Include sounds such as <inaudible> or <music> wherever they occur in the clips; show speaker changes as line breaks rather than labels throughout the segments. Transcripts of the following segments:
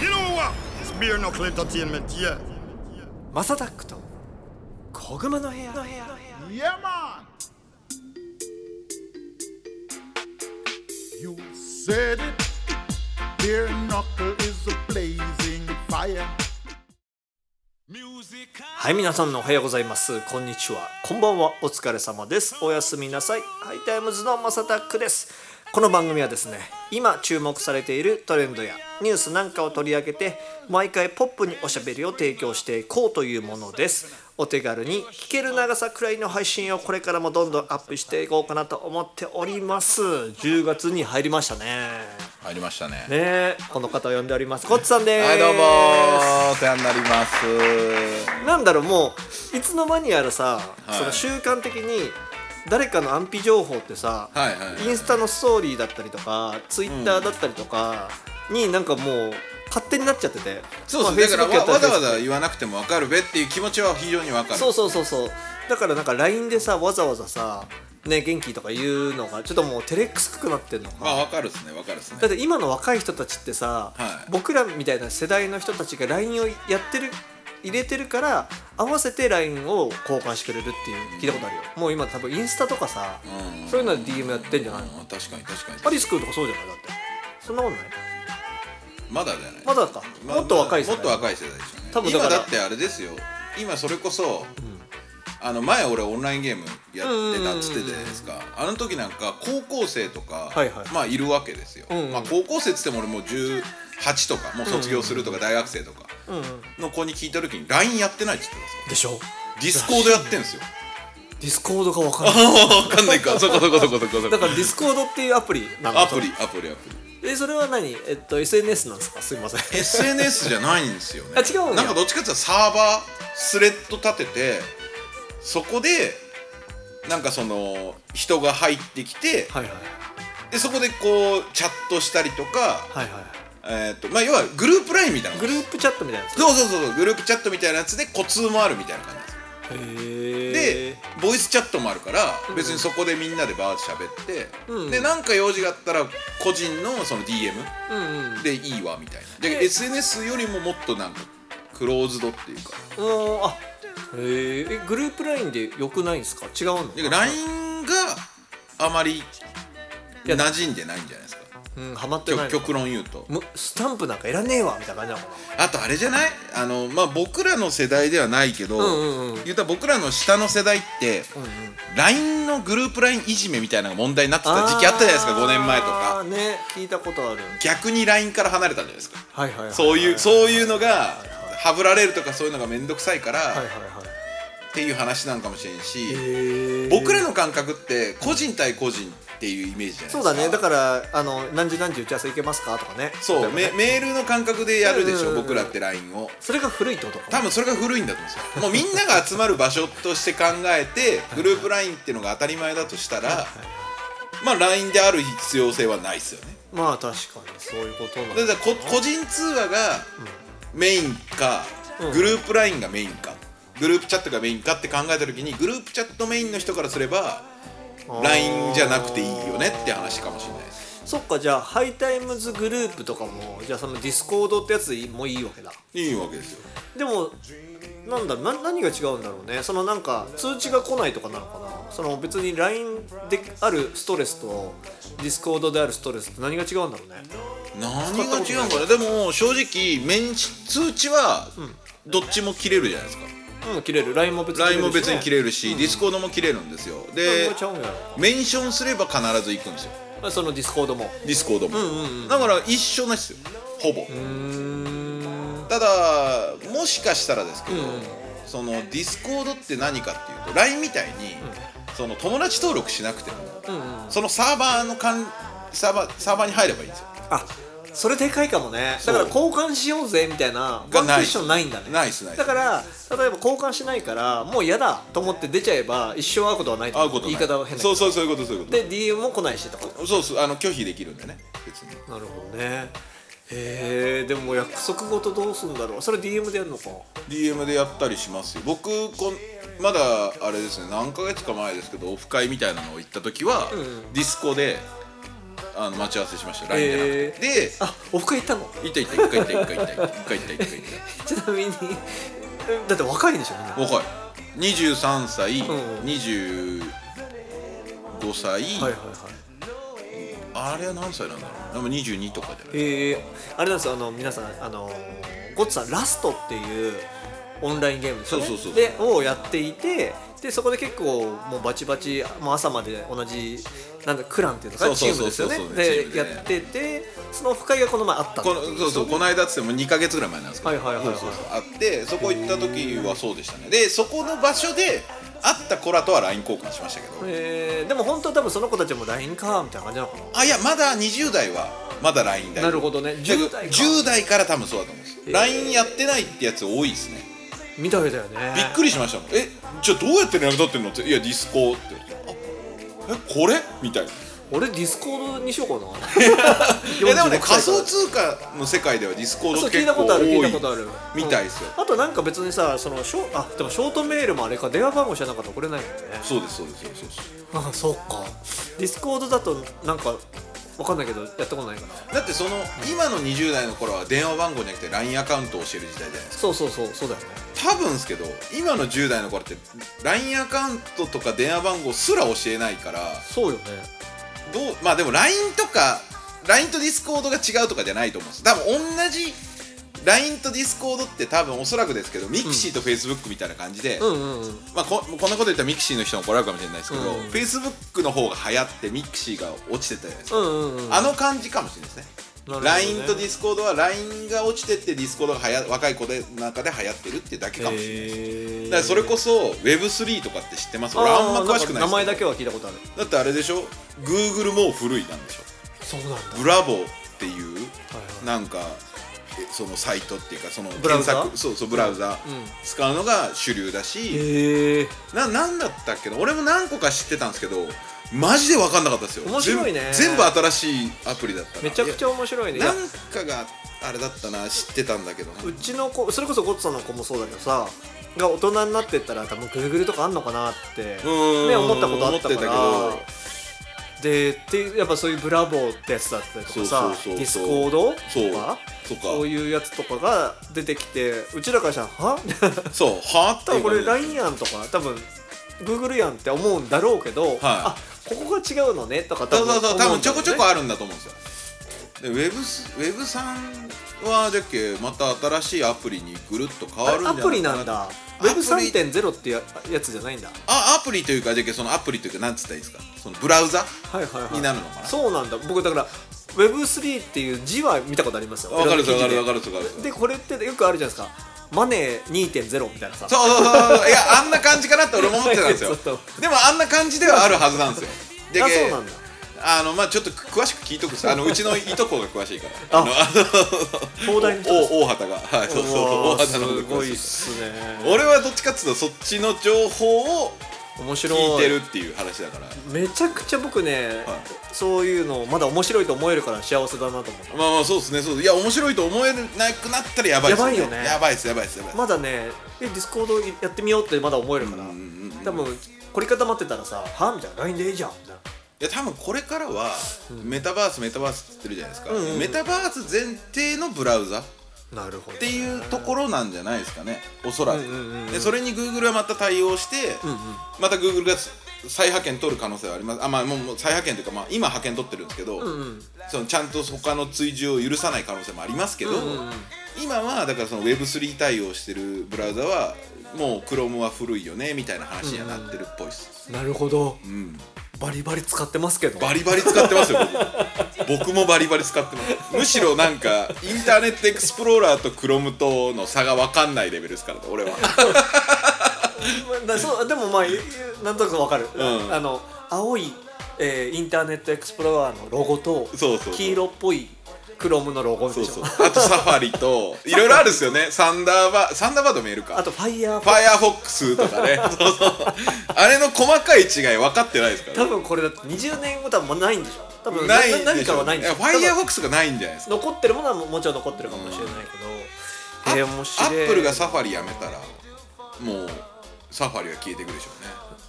You know what? It's beer knuckle entertainment, yeah.
マサタックと小熊の部屋
Yeah, man. You said it. Beer knuckle is a blazing fire.
はい皆さんおはようございますこんにちはこんばんはお疲れ様ですおやすみなさいハイタイムズのマサタックですこの番組はですね今注目されているトレンドやニュースなんかを取り上げて毎回ポップにおしゃべりを提供していこうというものですお手軽に聞ける長さくらいの配信をこれからもどんどんアップしていこうかなと思っております10月に入りましたね
入りましたね。
ねこの方を呼んでおりますコッツさんです
はい、どうもーお世話になります。
なんだろうもういつの間にやらさ、
はい
その習慣的に誰かの安否情報ってさ、
はいはいはい
インスタのストーリーだったりとかツイッターだったりとかになんかもう勝手になっちゃってて
そう
ま
で
あ
す、だから
Facebook
わわざわ
やった
ざ
り
言わなくてもわかるべっていう気持ちは非常にわかる。
そうそうそうそうだからなんか LINE でさわざわざさ「ね元気?」とか言うのがちょっともう照れくさくなってんのか
まあわかるですね、わかるです
だ
ね。
って今の若い人たちってさ、
はい
僕らみたいな世代の人たちが LINE をやってる入れてるから合わせて LINE を交換してくれるっていう聞いたことあるよもう今多分インスタとかさ、
うん
そういうので DM やってんじゃないの
うん確かに確かに。
パリス君とかそうじゃないだってそんなことない
まだじゃない。
まだか
ま
もっと若い世
も
代
っと若い世代ですよね。
多分だか
今
ら
だってあれですよ。今それこそ、あの前俺オンラインゲームやってたっつってたじゃないですか。あの時なんか高校生とか、
はいはい
まあいるわけですよ。
んうん
まあ高校生っつっても俺もう18とか、もう卒業するとか大学生とか。
うん、
の子に聞いた時に LINE やってないって言ってたんですよ
でしょ
ディスコードやってんですよ <laughs>
ディスコードが分からない
わかんない <laughs> かそこそこそこそこそ
だ
こ
からディスコードっていうアプリなの
アプリアプリア <laughs> プリ
えそれは何えっと SNS なんですかすいません
SNS じゃないんですよね
あ違うんや
なんかどっちかっていうとサーバースレッド立ててそこでなんかその人が入ってきて
はいはい
でそこでこうチャットしたりとか、
はいは
えーとまあ、要はグループラインみたいない
グループチャットみたいなやつ
そうそうそうそうグループチャットみたいなやつでコツもあるみたいな感じです
へ
で
え
ボイスチャットもあるから別にそこでみんなでバーッと喋って、
うん
でなんか用事があったら個人のその DM
うんうん
でいいわみたいな
え
で SNS よりももっとなんかクローズドっていうか
うんあへーえグループラインでよくないんですか違うの
だから LINE があまり馴染んでないんじゃないですか
うんハマってない
極
の
極論言うと
むスタンプなんかいらねえわみたいな感じなのか
あとあれじゃないあのまあ僕らの世代ではないけど、
なうんうんうんうん
言うたら僕らの下の世代って、
うん
LINE のグループ LINE いじめみたいなのが問題になってた時期あったじゃないですか5年前と
あ
か
ーね聞いたことある
逆に LINE から離れたんじゃないですか
はいはいはい
そういう
う
そういうのがはぶられるとかそういうのが面倒くさいから、
はいはい
っ
はい
ていう話なんかもしれんし、
へー
僕らの感覚って個人対個人っていうイメージじゃないですか
そうだねだからあの何時何時打ち合わせ行けますかとかね
そう、
例えばね
メメールの感覚でやるでし
うんうん
ょ、
うん
僕らって LINE を
それが古いってことか
多分それが古いんだと思うんですよもうみんなが集まる場所として考えてグループ LINE っていうのが当たり前だとしたらまあ LINE である必要性はないですよね
まあ確かにそういうことなん
だからこ個人通話がメインか、
うん
グループ LINE がメインかグループチャットがメインかって考えた時にグループチャットメインの人からすれば LINE じゃなくていいよねって話かもしれないです
そっかじゃあハイタイムズグループとかもじゃあそのディスコードってやつもいいわけだ
いいわけですよ
でもなんだな何が違うんだろうねそのなんか通知が来ないとかなのかなその別に LINE であるストレスと Discord であるストレスって何が違うんだろうね
何が違うのかなでも正直メン通知はどっちも切れるじゃないですか
うん切れる LINE も別に
LINE も別に切れ
る
るし、ディスコードも切れるんですよ
しね
で
何がちゃうんやろ
メンションすれば必ず行くんですよ
まあその Discord も
ディスコードも、
ん
だから一緒なんですよほぼ
うーん
ただもしかしたらですけど、そのディスコードって何かっていうと LINE みたいに、その友達登録しなくても、そのサーバーの管サーバーサーバーに入ればいいんですよ
あそれでかいかもねだ
そ
から
う
交換しようぜみたいなワン
が
ク
ない
ッションないんだね
ないっすないっす
だから例えば交換しないからもう嫌だと思って出ちゃえば一生会うことはないと
会うことない
言い方は変だけ
そ
ど
うそうそういうことそういうこと
で DM も来ないしとか
そうそうあの拒否できるんでね別に
なるほどねへえでも約束ごとどうすんだろうそれ DM でやるのか
DM でやったりしますよ僕こんまだあれですね何ヶ月か前ですけどオフ会みたいなのを行った時は、ディスコであの待ち合わせしました LINE じゃなくて、
えー
で
あオフ会行ったの
行った行った一回行った一回行った一回行った一回行った一回行った
<laughs> ちなみにだって若いんでしょみんな
若い23歳、
ん
25歳、
はいはいはい
あれは何歳なんだろうでも22とかじゃない
えー、あれなんですよあの皆さんあのゴッツさんラストっていうオンラインゲームですよね
そうそうそう
でをやっていてでそこで結構もうバチバチもう朝まで同じなんだクランっていうのかなチ
そう
ー
そ
ムで
うそう
す
そう
よね
チー
で
ムで
や
ね
っててそのオフ会がこの前あったって
こ
こ
の
と
そうそうこの間っつっても2か月ぐらい前なんですけど
はいはいはいはい
そうそうそうあってそこ行った時はそうでしたねでそこの場所で会った子らとは LINE 交換しましたけど、
えーでも本当は多分その子たちも LINE かみたいな感じなのか
あいやまだ20代はまだ LINE
な
だよ
なるほどね
だけど
10代か
10代から多分そうだと思うんですよ
へー
LINE やってないってやつ多いですね
みたいだよね
びっくりしましたもんえじゃあどうやって連絡取ってんのっていやディスコって言われてあえこれみたいな
俺ディスコードにしようか
<laughs>
な
いやでもね
46歳
仮
から
想通貨の世界ではディスコード
そう
結
聞いたこ
構
とあ
多
る聞い
い
たことある
みたいですよ
うんあとなんか別にさそのショあでもショートメールもあれか電話番号知らなかったら送れないもんね
そうですそうですそうですそうです
あそっかディスコードだとなんかわかんないけどやったことないかな
だってその今の20代の頃は電話番号じゃなくて LINE アカウントを教える時代じゃないですか
そうそうそうそうだよね
多分ですけど今の10代の頃って LINE アカウントとか電話番号すら教えないから
そうよね
どうまあでも LINE とか LINE と Discord が違うとかじゃないと思うんです多分同じ LINE と Discord って多分おそらくですけど Mixi と Facebook みたいな感じで、
うんうんうん
まあ、ここんなこと言ったら Mixi の人も来られるかもしれないですけど、
うん
Facebook の方が流行って Mixi が落ちてたじゃないです
う
か、
んうんうん
あの感じかもしれないですね
なるほどね
LINE と Discord は LINE が落ちてって Discord がはや若い子で中で流行ってるってだけかもしれないです、
へー
だからそれこそ Web3 とかって知ってます
あー
俺あんま詳しくないですけど
んか名前だけは聞いたことある
だってあれでしょ Google もう古いなんでしょ
そうなんだ、
ブラボーっていう
はいはい
なんかえそのサイトっていうかその
ブラウザ
そうそうブラウザ
うん
使うのが主流だし、
へえ
ななんだったっけな俺も何個か知ってたんですけどマジで分かんなかったですよ
面白いね
全部全部新しいアプリだった
めちゃくち
ゃ
ゃ面白いねいや
なんかがあれだったな知ってたんだけどな
うちの子それこそゴッツさんの子もそうだけどさが大人になってったら多分グーグルとかあんのかなって
うん
ね思ったことあったから
思ってたけど
でってやっぱそういうブラボーってやつだったりとかさ
そうそうそうそう
ディスコード
そう
とか
そっか
そういうやつとかが出てきてうちらからしたら「
<laughs>
は
そうはあ
多分これ
イ
LINE やん」とか多分 Google やんって思うんだろうけど、あここが違うのねとか
そうそうそう多
思う
分
ん
ち
だ
ょ
よね
こちょこあるんだと思うんですよでウェブスウェブさんはじゃっけまた新しいアプリにぐるっと変わるんじゃ
あ
ない
れ
か
アプリなんだ
アプリ
Web3.0 ってややつじゃないんだ
あアプリというかじゃっけそのアプリというかなんつったらいいですかそのブラウザ
はいはいはい
になるのかな
そうなんだ僕だから Web3 っていう字は見たことありますよ
わかる
裏
わ
の記事
かる
で
わかるわかるわかる
でこれってよくあるじゃないですかマネー2.0みたいなさ
そうそうそうそういやあんな感じかなって俺も思ってたんですよ
<laughs> そうそう
でもあんな感じではあるはずなんですよじゃ
あ
っけ
そうなんだ
あのまあちょっと詳しく聞いとくさあのうちのいとこが詳しいから
あ
の
東大の人です
お大畑がはいそうそう
うわー
大畑の方
す
が
ごい
詳
っ
し
すね
俺はどっちかっつうとそっちの情報を
面白い
聞いてるっていう話だから
めちゃくちゃ僕ね、
は
そういうのまだ面白いと思えるから幸せだなと思った
まあまあそうですねそうですいや面白いと思えなくなったらやばいです
やばいよね
やばいですやばいですやばいです
まだねえディスコードやってみようってまだ思えるから
うんうんうんうん
多分凝り固まってたらさ「はみたいな「LINE でいいじゃん」みたいない
や多分これからはメタバースメタバースって言ってるじゃないですか、
うんうんうん
メタバース前提のブラウザっ
なるほど
ていうところなんじゃないですかねおそらく、
うんうんうんうん
でそれに Google はまた対応して、
うんうん
また Google が再派遣取る可能性はありますあまあもうもう再派遣というか、まあ、今派遣取ってるんですけど、
うんうん
そのちゃんと他の追従を許さない可能性もありますけど、
うんうんうん
今はだからその Web3 対応してるブラウザはもう Chrome は古いよねみたいな話にはなってるっぽいです、
なるほど
うん
バリバリ使ってますけど
バリバリ使ってますよ僕僕もバリバリ使ってますむしろなんかインターネットエクスプローラーと Chrome との差が分かんないレベルですから俺は
だそうでもまあゆなんとなくわかる、
ん
あの青い、えーインターネットエクスプローラーのロゴと
そうそうそう
黄色っぽいクロームのロゴでし
そ
ょ
うそうあとサファリといろいろあるですよねサンダーバーサンダーバードメールか
あとファイヤー
ファイアフォックスとかねそうそうあれの細かい違い分かってないですから
多分これだって20年後多分ないんでしょ多分
ないでしょ
何かはないんでしょ
ファイヤー
多
フォックスがないんじゃないですか
分残ってるものはももちろん残ってるかもしれないけど、えー面
ア
白い
ップルがサファリやめたらもうサファリは消えていくでしょ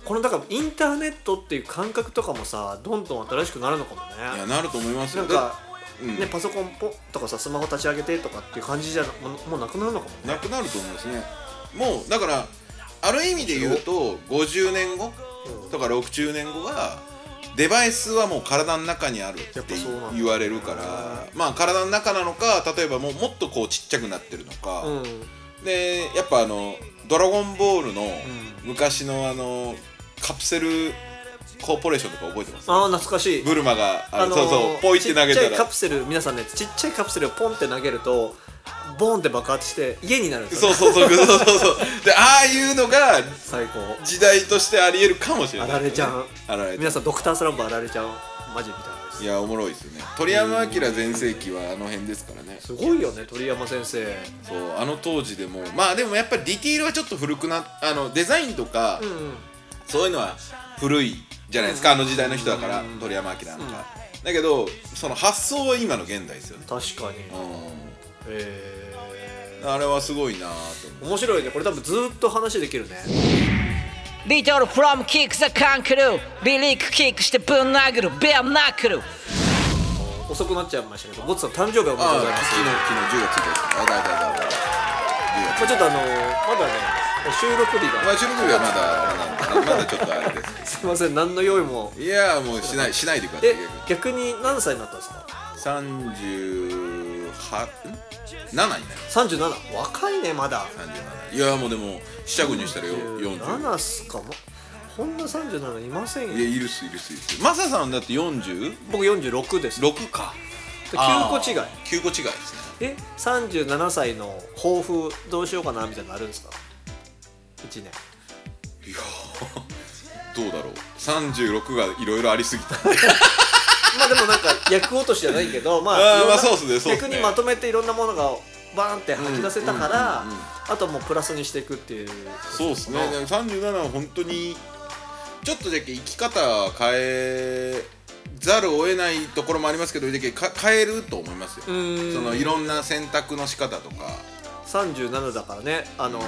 このだからインターネットっていう感覚とかもさどんどん新しくなるのかも
うねいや
ね
なると思います
な
よ
んか、
でうん
ねパソコンポとかさスマホ立ち上げてとかっていう感じじゃももうなくなるのかもね
なくなると思うんですねもうだからある意味で言うと50年後
うん
とか60年後はデバイスはもう体の中にあるって
やっぱそうなんだ
言われるからまあ体の中なのか例えばもうもっとこうちっちゃくなってるのか、
うん
でやっぱあの「ドラゴンボール」の昔のあのカプセルコーポレーションとか覚えてます
ああ懐かしい
ブルマがあの
のー
そうそうポイって投げ
ちっちゃ
た
いカ
ら
プセル皆さんねちっちゃいカプセルをポンって投げるとボーンって爆発して家になるんですよ、
そう
ね、
そうそうそうそうそうでああいうのが
最高
時代としてありえるかもしれな
あ
い
られちゃん
あられちゃ
皆
ん
さんドクタースランプあられちゃんマジみたいなです
いやおもろいですよね鳥山明全盛期はあの辺ですからね
すごいよね鳥山先生
そうあの当時でもまあでもやっぱりディティールはちょっと古くなあのデザインとか、
うんうん
そういうのは古いじゃないですか、あの時代の人だから、鳥山明なんか、だけどその発想は今の現代ですよね、
確かに
う
え
ん、あれはすごいなぁと思う
ー、面白いねこれ多分ずーっと話できるね
Little from kick the kangaroo リリックキックしてぶん殴るベアナックル
遅くなっちゃいましたけどゴッツさん誕生日おめでとうご
ああ
ざいます
昨日昨日10月1日あだいだいだいだい10
まあ、ちょっとあのーまだね収録日
ま
が
あ収録日はまだまだまだちょっとあれです
すいません何の用意も
けどいやーもうしないしないでください
え逆に何歳になったんですか
三十八七になる
37若いねまだ
三十七いやもうでも試着にしたらよ四十
7っすかもこんな37いませんよ
いやいるっすいるっすいるっすマサさんだって四十
僕46です
六か
9個違い
九個違いですね
え37歳の抱負どうしようかなみたいなのあるんですか1年
いやーどうだろう三十六がいろいろありすぎた
まあでもなんか役落としじゃないけ
<laughs>
どまあ
あー
いろんな
まあそうっすねそうっす
逆
ね
にまとめていろんなものがバーンって吐き出せたから、
うんうんうんうん
あとはもうプラスにしていくっていう
そうですね三十七は本当にちょっとだけ生き方は変えざるを得ないところもありますけどだけか変えると思いますよ
うーん
そのいろんな選択の仕方とか
37だからねあのー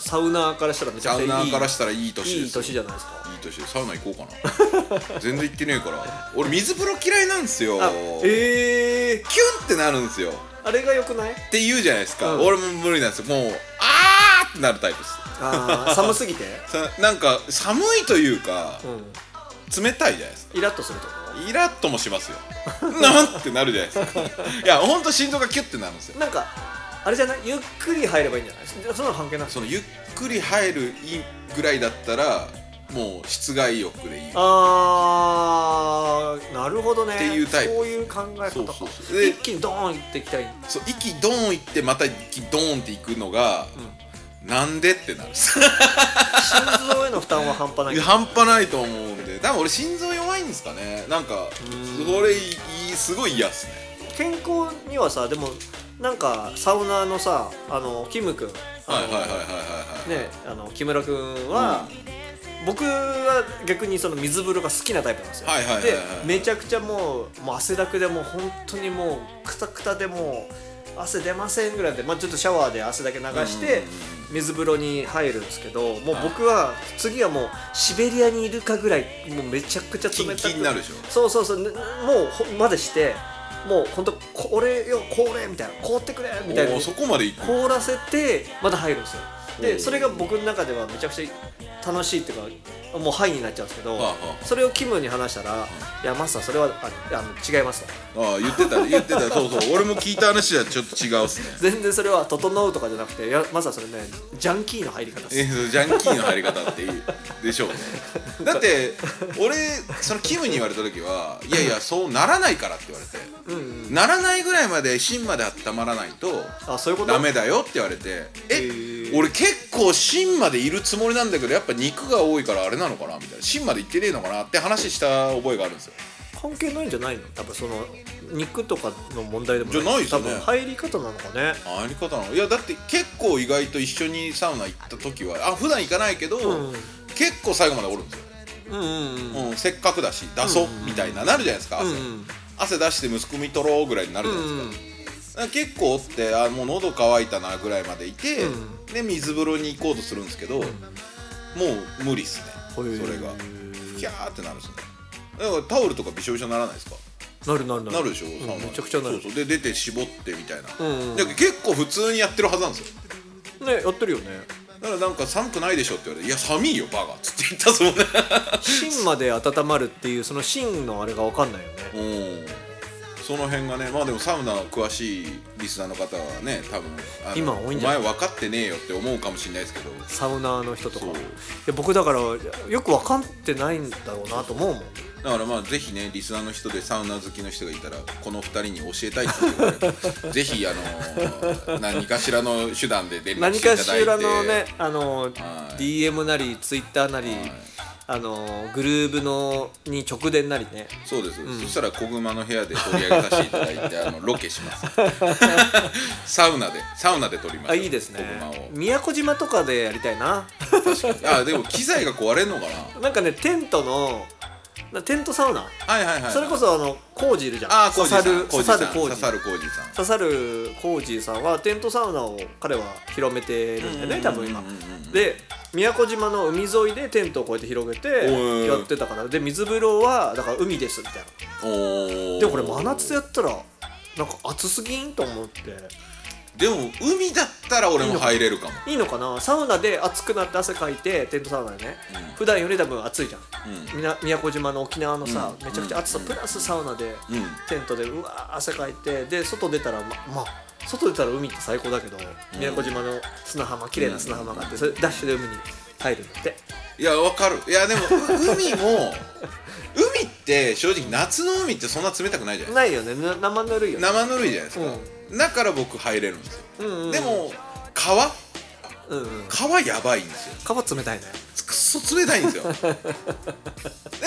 サウナーからしたらめちゃ
サ
くち
ウ
ゃ
ナ
いい
ーからしたらいい年ですよ
いい年じゃないですか
いい年でサウナ行こうかな <laughs> 全然行ってねえから俺水風呂嫌いなんですよ
あ
キュン
ええ
ってなるんですよっ
あれが良くない
て言うじゃないですか、
うん
俺も無理なんですよもうあーってなるタイプです
あ
<laughs>
ー寒すぎて、
さなんか寒いというか
うん、
冷たいじゃないですか
イラッとするとこ
イラッともしますよ <laughs> なんてなるじゃないですかいやほんと心臓がキュッてなるんですよ
なんかあれじゃないゆっくり入ればいいんじゃないそそんなの関係ない
そのゆっくり入るいぐらいだったらもう室外浴でいい
あーなるほどね
っていうタイプ
そういう考え方か
そうそうそうで
一気にドーンいっていきた
<laughs>
い
そう息ドーンいってまた息ドーンっていくのが、なんでってなるんです
心臓への負担は半端ない
半端ないと思うんで多分俺心臓弱いんですかねなんかそれいいすごい嫌っすね
健康にはさでもなんかサウナーのさあのキム君
はいはいはいはいはいはい、
ねあの木村君は、僕は逆にその水風呂が好きなタイプなんですよ、
はいはいはいはい
でめちゃくちゃもうもう汗だくでもう本当にもうくたくたでもう汗出ませんぐらいで、まあ、ちょっとシャワーで汗だけ流して水風呂に入るんですけどもう僕は次はもうシベリアにいるかぐらいもうめちゃくちゃ冷たく
キンキンになるでしょ
そうそうそうねもうほまでしてもう本当これよこれみたいな凍ってくれみたいな
おーそこまでいく
凍らせてまた入るんですよ
お
で
う
それが僕の中ではめちゃくちゃ楽しいっていうかもうハイになっちゃうんですけど、
はあはあ
それをキムに話したら「いやマスターそれはああの違います」と
ああ言ってた言ってたそうそう俺も聞いた話はちょっと違うっすね
全然それは「整う」とかじゃなくて「いやマスターそれねジャンキーの入り方です
えそうジャンキーの入り方っていいでしょうねだって俺そのキムに言われた時はいやいやそうならないからって言われて、ならないぐらいまで芯まで温まらないと
あそういうこと
ダメだよって言われてえ
ー
俺結構芯までいるつもりなんだけどやっぱ肉が多いからあれなのかなみたいな芯までいってねえのかなって話した覚えがあるんですよ
関係ないんじゃないの多分その肉とかの問題でも
じゃないです
多
よね
分入り方なのかね
あり方なのいやだって結構意外と一緒にサウナ行った時はあ普段行かないけど、
うん
結構最後までおるんですよ、
うんうんうん
うん、せっかくだし出そうみたいななるじゃないですか
う
汗、
ん
汗出して息子見とろうぐらいになる
う
じゃないですか、
ん
だから結構おってあもう喉乾いたなぐらいまでいて、
うん
で水風呂に行こうとするんですけど、もう無理っすねそ
へ
れ
え
がキャーってなるっすねだからタオルとかびしょびしょにならないですか
なるなるなる
なるでしょ、
うん
サウナで
めちゃくちゃなる
そうそうで出て絞ってみたいな、
んうん
で結構普通にやってるはずなんですよ
ねやってるよね
だからなんか寒くないでしょって言われて「いや寒いよバカ」っつって言ったそうね
芯まで温まるっていうその芯のあれが分かんないよね <laughs>
うんその辺がねまあでもサウナ詳しいリスナーの方はね多分あの
今多いんじゃない
お前分かってねえよって思うかもしれないですけど
サウナーの人とか
そう
で僕だからよく分かってないんだろうなと思うもん
だからまあぜひねリスナーの人でサウナ好きの人がいたらこの二人に教えたいっていうのがあ
<laughs>
ればぜひあの何かしらの手段で連絡
何
していただ
か
いて
しらのねあの
はい
DM なり Twitter なりあのグルーブのに直伝なりね
そうです、そしたら小熊の部屋で取り上げさせていただいてあ
<laughs>
のロケします <laughs> サウナでサウナで撮りましょう
あいいですね
小熊を
宮古島とかでやりたいな
確かにあでも機材が壊れんのかな
なんかねテントのなテントサウナ
はいはいはい
それこそあの工事いるじゃん
ああ工
刺
事さ
さ
ん
る
工
刺
事さ
さ
ん
る工
刺
事
さる工事さん
刺さるコージーさんはテントサウナを彼は広めてるんだよね多分今
うんうん
で宮古島の海沿いでテントをこうやって広げ
お
て
い
やってたからで水風呂はだから海ですみたいな
おー
でもこれ真夏やったらなんか暑すぎんと思って
でも海だったら俺も入れるかも
いいのかなサウナで暑くなって汗かいてテントサウナでね、
うん
普段より多分暑いじゃん
う
みな宮古島の沖縄のさ、
うん
めちゃくちゃ暑さ、
うん
プラスサウナで、
んうん
テントでうわー汗かいてで外出たらままあ外出たら海って最高だけど、宮古島の砂浜綺麗な砂浜があってそれダッシュで海に入るんだって
いやわかるいやでも海も海って正直夏の海ってそんな冷たくないじゃない
ないよねな生ぬるいよね
生ぬるいじゃないですか、だから僕入れるんですよ、
うんうん
でも川
うんうん
川やばいんですよ
川冷たいね
くっそ冷たいんですよで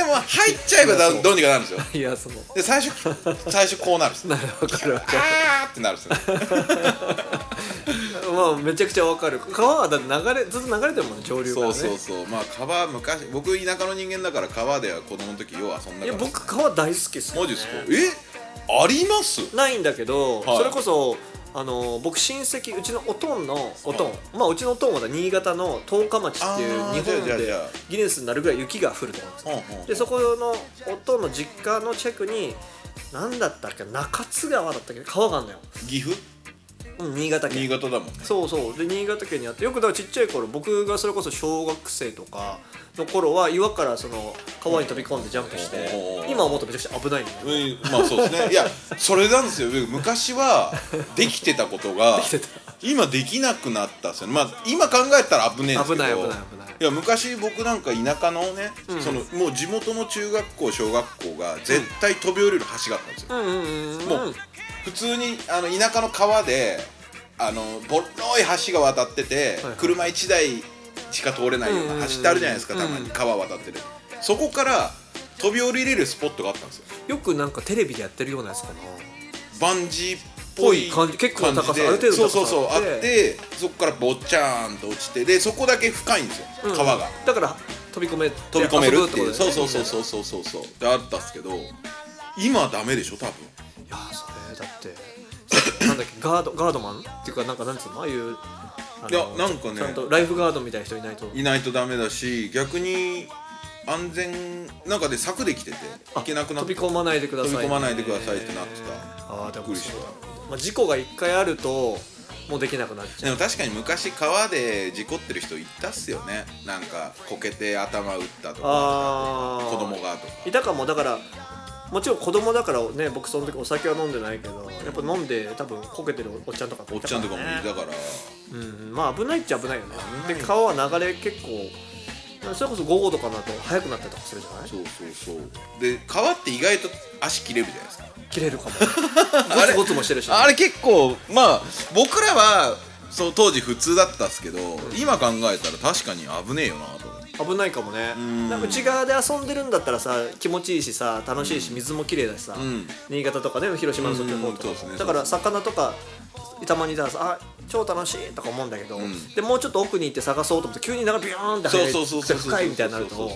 も入っちゃえばだどうにかなるんですよ
いやその <laughs>
で最初最初こうなるんですよ
なるわかるわか
あーってなるんですよね
るまあめちゃくちゃわかる川はだって流れずっと流れてるもんね上流から
そ
ね
うそうそうまあ川昔僕田舎の人間だから川では子供の時よう遊んだから
いや僕川大好きっすよ、
マ
ね、
ジですかえあります
ないんだけど、
はい
それこそあの僕親戚うちのおとんのおとん、
はい
まあうちのおとんはだ新潟の十日町っていう
あー
日本
じゃあじ
で
ゃあじゃあ
ギネスになるぐらい雪が降るところなんですよ
うんうん
でそこのおとんの実家の近くに何だったっけ中津川だったっけ川があるのよ、
岐阜
うん、新潟県
新潟だもんね
そうそうで新潟県にあってよくだからちっちゃい頃僕がそれこそ小学生とかの頃は岩からその川に飛び込んでジャンプして
おー
今思うとめちゃくちゃ危ないんだよね
うんまあそうですねいやそれなんですよ昔はできてたことが今できなくなったんですよねまあ今考えたら危ねえんですけど
危ない危ない危ない
や昔僕なんか田舎のね、そのもう地元の中学校小学校が絶対飛び降りる橋があったんですよ、
うんうんうん
もう普通にあの田舎の川であのぼろい橋が渡ってて、
はい
車1台しか通れないような橋ってあるじゃないですか、
うん
たまに川渡ってるそこから飛び降りれるスポットがあったんですよ
よくなんかテレビでやってるようなやつかな
バンジーっぽい
ぽい感
感
じ
じ
結構な高さ
で
ある程度
そ
の
うそうそう
高さ
あ
あ
っ
って
てそこからぼっちゃーんと落ちてでそこだけ深いんですよ、
うん
川が
だから飛び込め
飛び込めるっていう
遊ぶ
そう
ことだよね
そうそうそうそうそうそうってあったんですけど今はダメでしょ多分
いやーそれだってなんだっけガードガードマンっていうかなんかなんつうのああいうあの
いやなんかね
ちゃんとライフガードみたいな人いないと
いないとダメだし逆に安全なんかで柵できてて
あ
行けなくなって
飛び込まないでください
飛び込まないでくださいってなってた
ああで
び
も
っくりし
そうだ
た、
まあ、事故が一回あるともうできなくなっちゃ
でも確かに昔川で事故ってる人いたっすよねなんかこけて頭打ったと
う
か
ああ
子供がとか
いたかもだからもちろん子供だからね僕その時お酒は飲んでないけどやっぱ飲んで多分こけてるおっちゃんとか
おっちゃんとかもい
ね
たから
うんまあ危ないっちゃ危ないよね
危ない
で川は流れ結構それこそ午後とかになると早くなったりとかするじゃない
そうそうそうで川って意外と足切れるじゃないですか
切れるか
<laughs>
もゴツゴツもしてるしね、
あれ結構まあ僕らはそう当時普通だったっすけど、今考えたら確かに危ねえよなと思って
危ないかもね
ん
なんか内側で遊んでるんだったらさ気持ちいいしさ楽しいし水も綺麗だしさ、
ん
新潟とかね広島のそっちの方とか、
うんそうですね
だから魚とかたまにさあ超楽しいとか思うんだけど、
ん
でもうちょっと奥に行って探そうと思って急になんかビューンって
そう
入
そうそう
っ
そ
て
うそう
深いみたいになると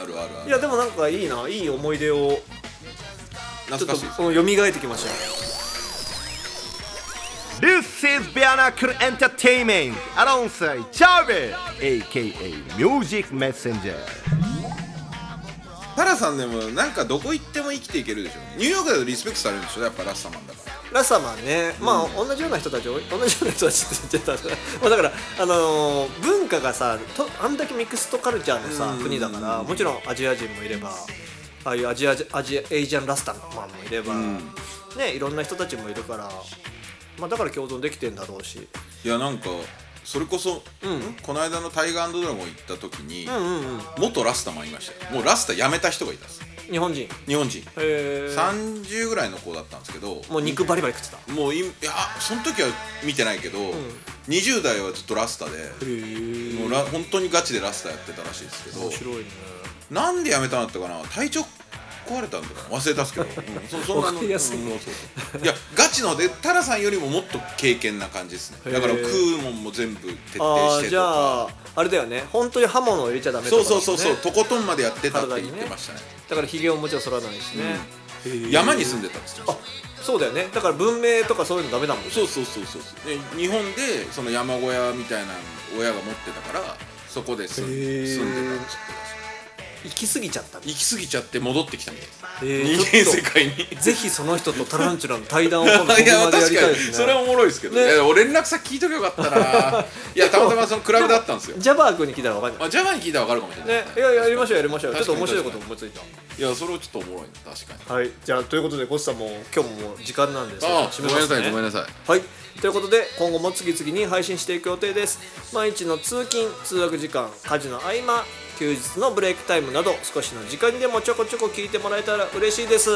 あるあるあ
い
る
やでもなんかいいないい思い出をちょっ
懐
と
かしいです
うん蘇ってきましたよ
This is Bianacle Entertainment alongside Chave, aka Music Messenger.
タラさんでもなんかどこ行っても生きていけるでしょニューヨークだとリスペクトされるんでしょやっぱラッサマンだから
ラサマね、まあ、同じような人た <laughs> ち同じような人たちって言っちゃったまあだから、 <laughs> あのー文化がさとあんだけミクストカルチャーのさ国だからもちろんアジア人もいればああいうアジアアジアエイジアンラスタマンもいれば、ねいろんな人たちもいるから、まあ、だから共存できてんだろうし
いやなんかそれこそ、んこの間のタイガードラゴン行った時に、元ラスタマンいましたよもうラスタ辞めた人がいたんです
日本人へ
日本人
え
30ぐらいの子だったんですけど
もう肉バリバリ食ってた
もういいやその時は見てないけど、20代はずっとラスタで、もうラ本当にガチでラスタやってたらしいですけど
面白いね
なんでやめたんだったかな体調壊れたんだかな忘れたっす
<laughs>
けど、うん、そそんな
わ
の
かりやすいね
うんそうそういやガチのでタラさんよりももっと経験な感じですねだから
へー
食うもんも全部徹底
ああ
して
じ
とか
ゃああれだよね本当に刃物を入れちゃダメと
そ
か
う
だ
そ
もんね
うそうそうとことんまでやってたって
体
言
に
っ
ね
てましたね
だからひげをもちろん剃らないしね、へえ
山に住んでたんですよ
あそうだよねだから文明とかそういうのダメだもんね
そうそうそうそうで日本でその山小屋みたいなの親が持ってたからそこで住ん
へー
住んでたんです
行き過ぎちゃったね
行き過ぎちゃって戻ってきたみたいです
へー
人間
ちょ
世
っと
界にい
ぜひその人とタランチュラの対談を今度
<laughs>
ここ
や
ま
確
で
か
やりたいで
に
すね
それはおもろいですけど、
ね
ね、俺連絡先聞いとけばよかった
<laughs>
ないやたまたまそのクラブだったんですよ
ジャバー君に聞いたらわかんない
あジャマに聞いたら分かるかもしれない
ね
です、
いやいややりましょうやりましょうちょっ
確
と
かに
面白いこと思いついた
いやそれをちょっとおもろいな確かに
はいじゃあということでゴスさんも今日ももう時間なんです
あごめんなさい、ごめん
い
なさい
はいということで今後も次々に配信していく予定です毎日の通勤通学時間家事の合間休日のブレイクタイムなど少しの時間にでもちょこちょこ聞いてもらえたら嬉しいです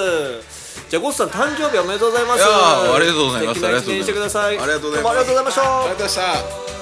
じゃあゴスさん誕生日おめでとうございます
いやーありがとうございます
素敵な記念してください
ありがとうござ
ど
います
もありがとうございました
ありがとうございました